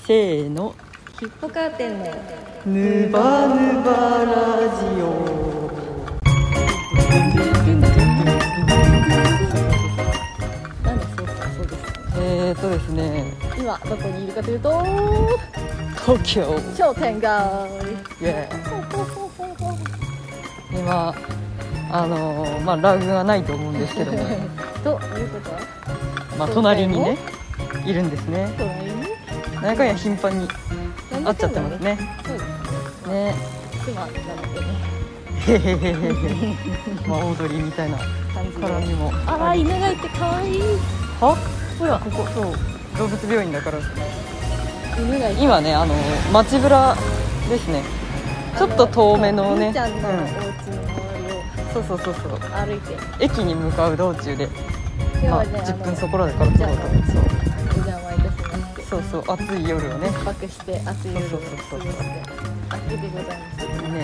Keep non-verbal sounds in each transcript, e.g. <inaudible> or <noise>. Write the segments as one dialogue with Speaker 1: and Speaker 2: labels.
Speaker 1: せーの
Speaker 2: ヒッポカーテンの
Speaker 1: ぬばぬばラジオ
Speaker 2: なんですよそうです
Speaker 1: えーとですね
Speaker 2: 今どこにいるかというと
Speaker 1: 東京
Speaker 2: 商店街
Speaker 1: イエーイ今あのーまあラグがないと思うんですけど
Speaker 2: <laughs>
Speaker 1: も
Speaker 2: ということは
Speaker 1: まあ隣にねいるんですね
Speaker 2: 隣に
Speaker 1: 何回や頻繁に会っちゃってますね
Speaker 2: そうですね <laughs>
Speaker 1: ね
Speaker 2: 妻なのでね
Speaker 1: へへへへへまあオードリーみたいな
Speaker 2: 感じで
Speaker 1: 絡みも
Speaker 2: あら犬がいて可愛い
Speaker 1: はほらここそう動物病院だから
Speaker 2: 犬がいて
Speaker 1: 今ねあの街ぶらですねちょっと遠めのね
Speaker 2: みーちゃんのお家
Speaker 1: うん
Speaker 2: の周りを
Speaker 1: そうそうそうそう
Speaker 2: 歩いて
Speaker 1: 駅に向かう道中で、
Speaker 2: 今日
Speaker 1: ま
Speaker 2: は
Speaker 1: あ、
Speaker 2: ね、
Speaker 1: 10分そ
Speaker 2: こ
Speaker 1: こらでから撮ろうと思って
Speaker 2: お邪魔いたしまして
Speaker 1: そうそうそう暑い夜をね
Speaker 2: 一泊して暑い夜を過
Speaker 1: そうそうそうそ
Speaker 2: ごし
Speaker 1: う
Speaker 2: て秋でございます
Speaker 1: ね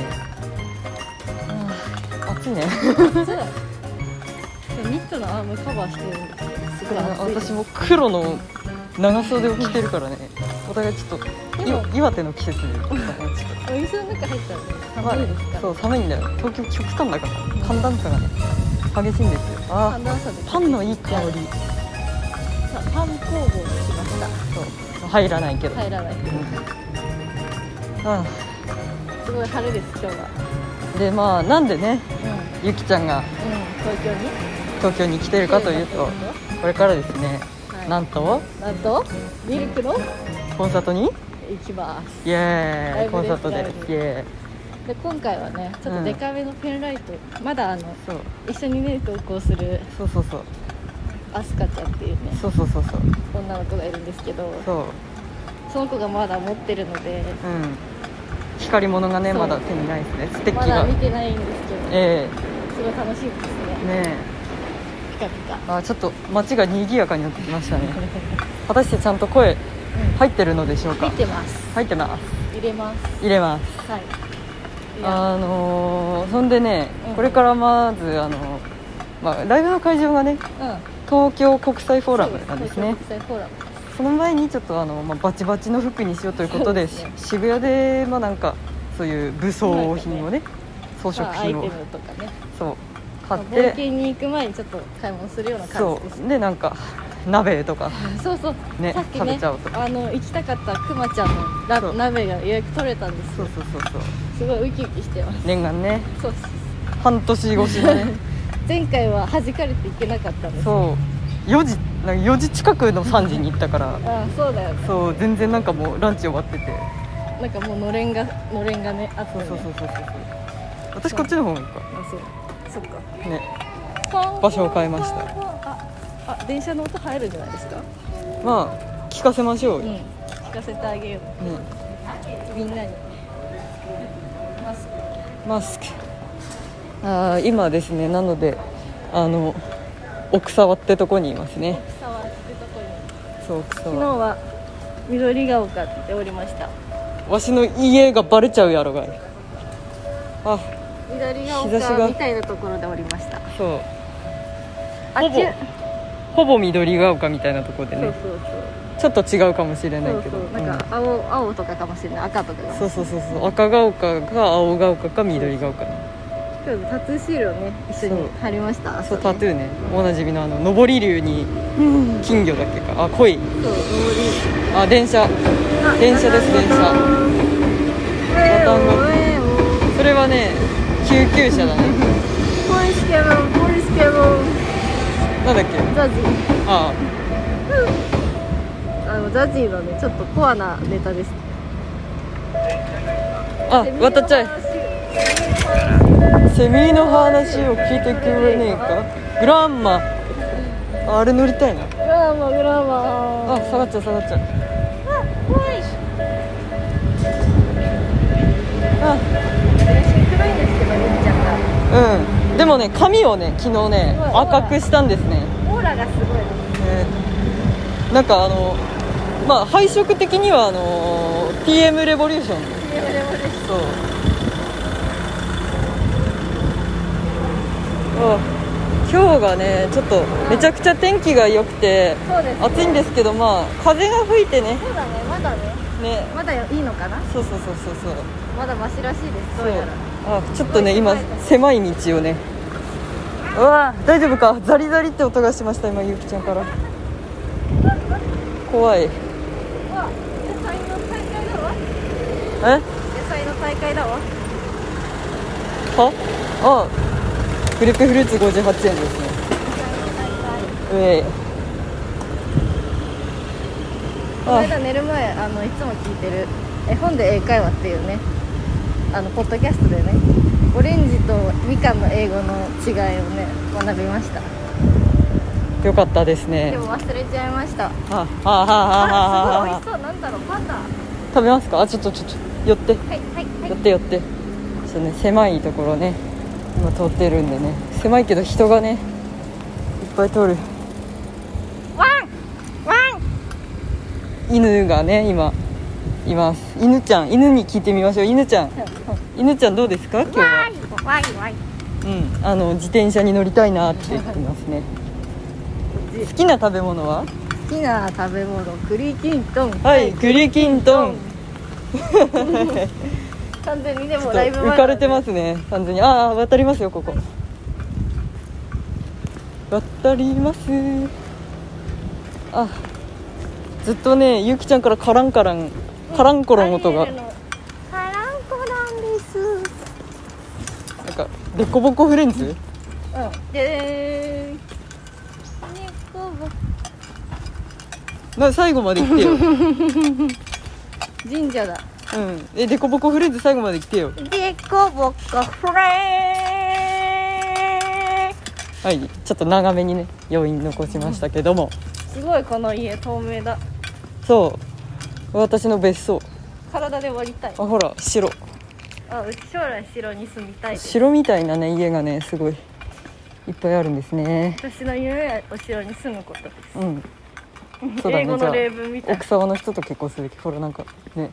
Speaker 1: あー暑いね
Speaker 2: そうだでもニットのアームカバーしてるんですよすごい暑いで
Speaker 1: 私
Speaker 2: す
Speaker 1: も黒の長袖を着てるからねお互いちょっとい
Speaker 2: でも
Speaker 1: 岩手の季節で
Speaker 2: お店の中入ったら寒いですから、
Speaker 1: そう寒いんだよ東京極端だから寒暖差がね激しいんですよあ
Speaker 2: 寒暖差で
Speaker 1: ーパンのいい香り
Speaker 2: パパン工房に来まし
Speaker 1: そう入らないけど、
Speaker 2: た入らないけど
Speaker 1: うん
Speaker 2: すごい晴れです今日は
Speaker 1: うんでまあなんでね
Speaker 2: うん、うん、
Speaker 1: ゆきちゃんが
Speaker 2: 東京に
Speaker 1: 東京に来てるかというとこれからですね
Speaker 2: はい
Speaker 1: なんと
Speaker 2: なんとミルクの
Speaker 1: コンサートに
Speaker 2: 行きます
Speaker 1: イエ
Speaker 2: ラ
Speaker 1: ー
Speaker 2: イ
Speaker 1: イ
Speaker 2: ブです
Speaker 1: コンサートで
Speaker 2: ライブ
Speaker 1: イエーイ
Speaker 2: で今回はねちょっとデカめのペンライト、まだあの
Speaker 1: そう
Speaker 2: 一緒にね投稿する
Speaker 1: そうそうそう
Speaker 2: アスカちゃんっていうね
Speaker 1: そうそうそうそう
Speaker 2: 女の子がいるんですけど
Speaker 1: そう
Speaker 2: その子がまだ持ってるので
Speaker 1: うん光り物がね
Speaker 2: そう
Speaker 1: まだ手にないですねステッ
Speaker 2: ま
Speaker 1: キ
Speaker 2: だ
Speaker 1: が
Speaker 2: 見てないんですけど、
Speaker 1: え
Speaker 2: すごい楽しみです
Speaker 1: え
Speaker 2: ね
Speaker 1: ね
Speaker 2: ピカピカ、
Speaker 1: えあちょっと街が賑やかになってきました
Speaker 2: <laughs>
Speaker 1: ね果たしてちゃんと声入ってるのでしょう
Speaker 2: うん、
Speaker 1: か
Speaker 2: 見てます
Speaker 1: 入ってます
Speaker 2: 入れます
Speaker 1: 入れます
Speaker 2: はいいや
Speaker 1: あのーそんでね、
Speaker 2: うん
Speaker 1: これからまず、あのーまあ、ライブの会場がね
Speaker 2: うん
Speaker 1: 東京国際フォ
Speaker 2: フ
Speaker 1: ーラムなんですね
Speaker 2: 国際フォーラム
Speaker 1: その前にちょっとあの、まあ、バチバチの服にしようということで
Speaker 2: そうですね
Speaker 1: し渋谷で、まあ、なんかそういう武装品をね装飾
Speaker 2: まあアイテ
Speaker 1: 品を、
Speaker 2: ムとかね
Speaker 1: そう
Speaker 2: ま
Speaker 1: 買
Speaker 2: あ
Speaker 1: っ
Speaker 2: 冒
Speaker 1: て
Speaker 2: 険に行く前にちょっと買い物するような感
Speaker 1: そ
Speaker 2: じです
Speaker 1: うでなんか鍋とか
Speaker 2: そうそう
Speaker 1: ね
Speaker 2: さっき
Speaker 1: 食べ
Speaker 2: ね
Speaker 1: ちゃおうと
Speaker 2: あの行きたかったくまちゃんの
Speaker 1: そ
Speaker 2: ラ
Speaker 1: う
Speaker 2: 鍋が予約取れたんです
Speaker 1: そ
Speaker 2: よ
Speaker 1: うそうそうそう
Speaker 2: すごいウキウキしてます
Speaker 1: 念願ね
Speaker 2: そうです
Speaker 1: 半年越し
Speaker 2: <laughs>
Speaker 1: のね
Speaker 2: 前回は弾かれていけなかったんですう
Speaker 1: そう4時なんか4時近くの3時に行ったから
Speaker 2: あそうだよね
Speaker 1: そう全然なんかもうランチ終わってて
Speaker 2: なんかもうのれんがのれんがねあって
Speaker 1: そう
Speaker 2: ね
Speaker 1: そうそうそうそう私こっちの方がいいか
Speaker 2: あそうそっか
Speaker 1: ね
Speaker 2: 場
Speaker 1: 場所を変えました
Speaker 2: ああ電車の音入るんじゃないですか
Speaker 1: まあ聞かせましょう
Speaker 2: う
Speaker 1: よ、
Speaker 2: ん
Speaker 1: ね
Speaker 2: 聞かせてあげようみんなにマスク
Speaker 1: マスクあー今ですねなのであの奥沢ってとこにいますね
Speaker 2: 触ってとこに
Speaker 1: そう奥
Speaker 2: 昨
Speaker 1: 沢
Speaker 2: 日は緑が丘っておりました
Speaker 1: わしの家がバレちゃうやろがいあ
Speaker 2: 緑
Speaker 1: が
Speaker 2: が
Speaker 1: 丘日差しが
Speaker 2: 丘みたいなところでおりました
Speaker 1: そう
Speaker 2: あ
Speaker 1: ほ
Speaker 2: っち
Speaker 1: ぼほぼ緑が丘みたいなとこで
Speaker 2: そう
Speaker 1: ね
Speaker 2: そう
Speaker 1: ちょっと違うかもしれな
Speaker 2: そう
Speaker 1: い
Speaker 2: そ
Speaker 1: けど
Speaker 2: うそうなんか青,、青とかかもしれない赤とか
Speaker 1: う
Speaker 2: が
Speaker 1: んそうそうそうそう赤が丘か青が丘か緑が丘
Speaker 2: 今日タトゥーシールをね一緒に貼りました
Speaker 1: そうタトゥ
Speaker 2: ー
Speaker 1: ーねおなじみのあの上り竜に金魚だっけかあ鯉
Speaker 2: そう上り
Speaker 1: あ電車電車です電車
Speaker 2: え
Speaker 1: ボタンが
Speaker 2: ーおえーおー
Speaker 1: それはね救急車だね
Speaker 2: Pois que é bom, pois que é bom.
Speaker 1: なんだっけ
Speaker 2: Zazie
Speaker 1: あ
Speaker 2: あの Zazie のねちょっとコアなネタです。
Speaker 1: ああ渡っちゃえセミの話を聞いてくれねえかグランマああれ乗りたいな
Speaker 2: グラマグラマ
Speaker 1: あ下がっちゃう下がっちゃう
Speaker 2: 怖い。
Speaker 1: あ
Speaker 2: 黒いんですけどみっちゃんが。
Speaker 1: うんでもね髪をね昨日ね
Speaker 2: すごい
Speaker 1: 赤くしたんですね、
Speaker 2: オーラがすごいです。
Speaker 1: えーなんかあのまあ配色的にはあの TM レボリューションそうあ今日がねちょっとめちゃくちゃ天気が良くて
Speaker 2: そうです。
Speaker 1: 暑いんですけどまあ風が吹いてね
Speaker 2: そうだねまだね。
Speaker 1: う
Speaker 2: まだよいいのかな
Speaker 1: そうそうそうそうそう
Speaker 2: まだマシらしいですど
Speaker 1: そうう
Speaker 2: やら
Speaker 1: あちょっとね今狭い道をねうわー大丈夫かザリザリって音がしました今ゆきちゃんから怖いえ
Speaker 2: うわ野菜の大会だわ野菜の大会だわ
Speaker 1: はあグレープフルーツ58円ですねうえい
Speaker 2: この
Speaker 1: あ
Speaker 2: 間寝る前あのいつも聞いてる絵本で英会話っていうねあのポッドキャストでねオレンジとみかんの英語の違いをね学びました
Speaker 1: よかったですね
Speaker 2: でも忘れちゃいました
Speaker 1: あああああ
Speaker 2: あ
Speaker 1: あ
Speaker 2: すごい美味しそうなんだろうパンダは
Speaker 1: 食べますかあちょっとちょっと寄って
Speaker 2: いはい
Speaker 1: 寄
Speaker 2: は
Speaker 1: っ
Speaker 2: い
Speaker 1: て寄ってちょっとね狭いところね今通ってるんでね狭いけど人がねいっぱい通る
Speaker 2: ワンワン
Speaker 1: 犬がね今います犬ちゃん犬に聞いてみましょう犬ちゃん犬ちゃんどうですか今日は
Speaker 2: ワイワイ
Speaker 1: うんあの自転車に乗りたいなって言ってますね好きな食べ物は
Speaker 2: 好きな食べ物栗きんとん
Speaker 1: はい栗きんとん
Speaker 2: <laughs> 完全にで
Speaker 1: ちょ
Speaker 2: も
Speaker 1: っと
Speaker 2: ライブ前
Speaker 1: 浮かれてますね完全にああ渡りますよここ渡りますあずっとねゆきちゃんからカランカランカランコロン音が
Speaker 2: アリエル
Speaker 1: な
Speaker 2: のカランコロンです
Speaker 1: んかデコボコフレンズ
Speaker 2: うんでーん猫が
Speaker 1: な最後まで行ってよ、うん、
Speaker 2: 神社だ
Speaker 1: えデコボコフレンズ最後まで来てよ
Speaker 2: でこぼこフレー
Speaker 1: はいちょっと長めにね余韻残しましたけども
Speaker 2: すごいこの家透明だ
Speaker 1: そう私の別荘
Speaker 2: 体で割りたい
Speaker 1: あほら白
Speaker 2: あうち将来城に住みたいです
Speaker 1: 白みたいなね家がねすごいいっぱいあるんですね
Speaker 2: 私の夢はお城に住むことです
Speaker 1: うんそうだね
Speaker 2: 英語の例文み
Speaker 1: じゃ
Speaker 2: た
Speaker 1: あ
Speaker 2: い
Speaker 1: 奥様の人と結婚すべきほらなんかね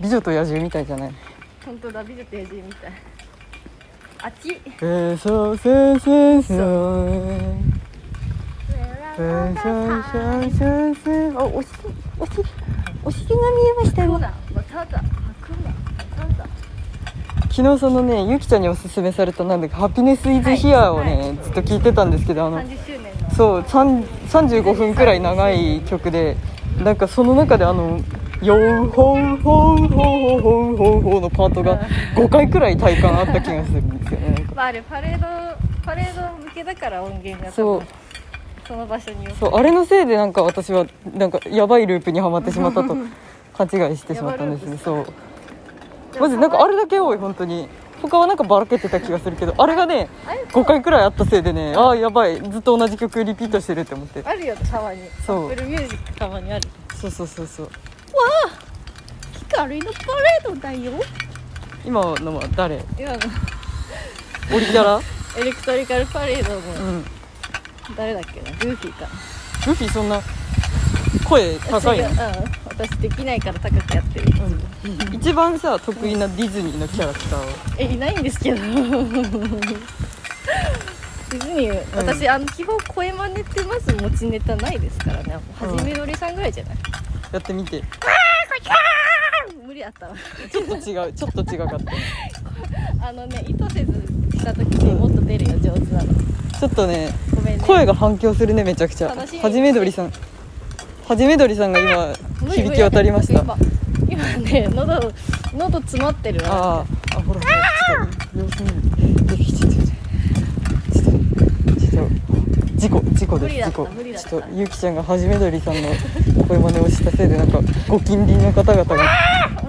Speaker 1: 美女と野獣みたいじゃない
Speaker 2: 本当だ美女と野獣みたいあっち
Speaker 1: 「えそうそうそうそう」「あお尻お尻お尻が見えました
Speaker 2: コ
Speaker 1: よ
Speaker 2: ナまただ白馬まただ
Speaker 1: 昨日そのねゆきちゃんにおすすめされたなんだか「ハピネス・イズ・ヒア」をね、
Speaker 2: はい
Speaker 1: ずっと聞いてたんですけどあの
Speaker 2: 30周年の
Speaker 1: そう3 35分くらい長い曲でなんかその中であの「ヨーホーホーホーホーホーホー」のパートが5回くらい体感あった気がするんですよねなんか
Speaker 2: まああれパレードパレード向けだから音源が
Speaker 1: そう
Speaker 2: その場所によ
Speaker 1: そうあれのせいでなんか私はなんかやばいループにはまってしまった <laughs> と勘違いしてしまったんですねそうマジなんかあれだけ多い本当に他はなんかばらけてた気がするけどあれがね
Speaker 2: あれ
Speaker 1: 5回くらいあったせいでねああやばいずっと同じ曲リピートしてるって思って
Speaker 2: あるよたまに
Speaker 1: そう
Speaker 2: アップルミュージックたまにある
Speaker 1: そうそうそうそう
Speaker 2: 光のパレードだよ
Speaker 1: 今のは誰
Speaker 2: 今の
Speaker 1: オリキャラ
Speaker 2: エレクトリカルパレード
Speaker 1: う
Speaker 2: の
Speaker 1: ん
Speaker 2: 誰だっけなグーフィーか
Speaker 1: ルフィそんな声高い
Speaker 2: 違
Speaker 1: の
Speaker 2: う、うん、私できないから高くやってる
Speaker 1: 一番さ得意なディズニーのキャラクターは
Speaker 2: えいないんですけどディズニ
Speaker 1: う
Speaker 2: ー、
Speaker 1: ん
Speaker 2: 私あの基本声真似ってまず持ちネタないですからね
Speaker 1: うん
Speaker 2: はじめのりさんぐらいじゃない、
Speaker 1: やってみて
Speaker 2: 無理だったわ
Speaker 1: ちょっと違うちょっと違かったね
Speaker 2: あのね意図せずした時にもっと出るよ上手なの
Speaker 1: ちょっとね
Speaker 2: ごめんね
Speaker 1: 声が反響するねめちゃくちゃ
Speaker 2: 楽しみ
Speaker 1: はじめどりさんはじめどりさんが今
Speaker 2: 無理
Speaker 1: 響き渡りました
Speaker 2: 無理今今ね喉喉詰まってる
Speaker 1: あ
Speaker 2: わ
Speaker 1: ーあほらほらちょっと様子見るちょっとちょっとちょっと事故事故で
Speaker 2: 無
Speaker 1: す
Speaker 2: 理だ
Speaker 1: 事
Speaker 2: った
Speaker 1: 故
Speaker 2: 無理だった
Speaker 1: ちょっとゆきちゃんがはじめどりさんの声真似をしたせいでなんかご近隣の方々が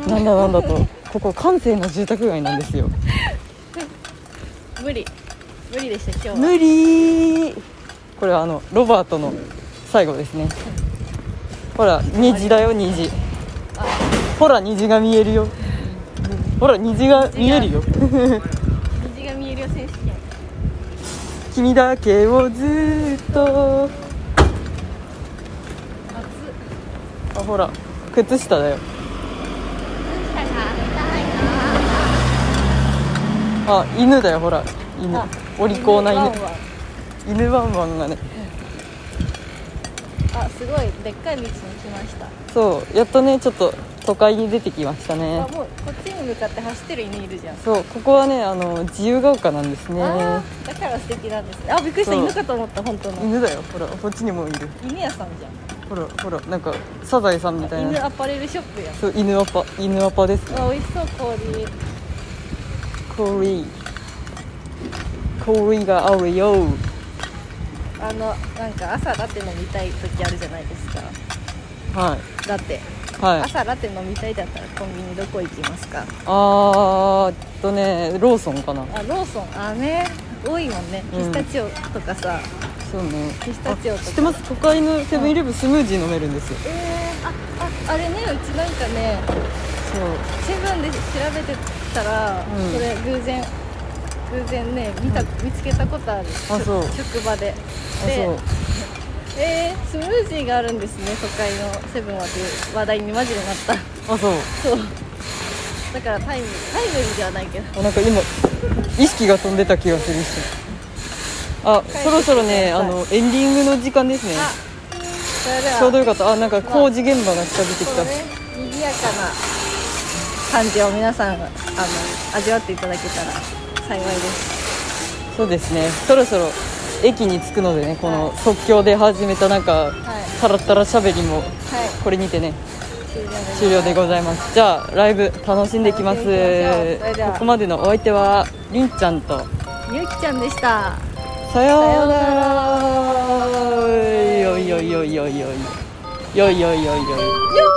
Speaker 1: なんだなんだとここ閑静な住宅街なんですよ
Speaker 2: 無理無理でした今日は
Speaker 1: 無理これはあのロバートの最後ですねほら虹だよ虹ほら虹が見えるよほら虹が見えるよ
Speaker 2: 虹が見えるよ選手権
Speaker 1: 君だけをずっとあ
Speaker 2: 夏
Speaker 1: ほら靴下だよあ犬だよほら犬
Speaker 2: あ
Speaker 1: お利口な
Speaker 2: ワン
Speaker 1: 犬
Speaker 2: ワン
Speaker 1: 犬ワンワンがね
Speaker 2: あすごいでっかい道に来ました
Speaker 1: そうやっとねちょっと都会に出てきました
Speaker 2: あ
Speaker 1: ね
Speaker 2: もうこっちに向かって走ってる犬いるじゃん、
Speaker 1: そうここはねあの自由が丘なんですね
Speaker 2: あーだから素敵なんですねあびっくりした
Speaker 1: そう
Speaker 2: 犬かと思った本当の
Speaker 1: 犬だよほらこっちにもいる
Speaker 2: 犬屋さんじゃ
Speaker 1: ほらほらなんかサザエさんみたい
Speaker 2: ん
Speaker 1: な
Speaker 2: 犬アパレルショップやん
Speaker 1: そう犬アパ犬アパですね
Speaker 2: あ美味しそう氷
Speaker 1: 氷氷があるよ
Speaker 2: あのなんか朝ラテ飲みたい時あるじゃないですか
Speaker 1: は
Speaker 2: ラテ
Speaker 1: いはい
Speaker 2: 朝ラテ飲みたいだったらコンビニどこ行きますか
Speaker 1: あーっとねローソンかな
Speaker 2: あローソンあね多いもんね
Speaker 1: う
Speaker 2: ピ
Speaker 1: ん
Speaker 2: スタチオとかさ、
Speaker 1: そうね
Speaker 2: ピスタチオとか
Speaker 1: あ知ってます都会のセブンイレブンスムージー飲めるんですよ
Speaker 2: えー、あああれねうちなんかね
Speaker 1: そ
Speaker 2: セブンで調べてたら、
Speaker 1: うん
Speaker 2: それ偶然偶然ね見た、見つけたことある
Speaker 1: あそう
Speaker 2: 職場で
Speaker 1: う
Speaker 2: で
Speaker 1: あ
Speaker 2: えー、スムージーがあるんですね都会のセブンはという話題にマジでなっ
Speaker 1: そ
Speaker 2: た
Speaker 1: うあそう
Speaker 2: そうだからタイムタイムリーではないけど
Speaker 1: あなんか今意識が飛んでた気がするしあそろそろねあのエンディングの時間ですね
Speaker 2: あそれでは
Speaker 1: ちょうどよかったあなんか工事現場が近づいてき
Speaker 2: そう
Speaker 1: た、
Speaker 2: ね賑やかな感じを皆さんあの味わっていただけたら幸いです
Speaker 1: そうですねそろそろ駅に着くのでねこの即興で始めたなんか
Speaker 2: はい
Speaker 1: タラッタラしゃべりも
Speaker 2: はい
Speaker 1: これにてね
Speaker 2: 終了です
Speaker 1: 終了でございますじゃあライブ楽しんできます
Speaker 2: 楽しんでいきましょうそれでは
Speaker 1: ここまでのお相手はりんちゃんと
Speaker 2: ゆうきちゃんでした
Speaker 1: さようならよいよいよいよいよいよいよいよいよいよい
Speaker 2: よー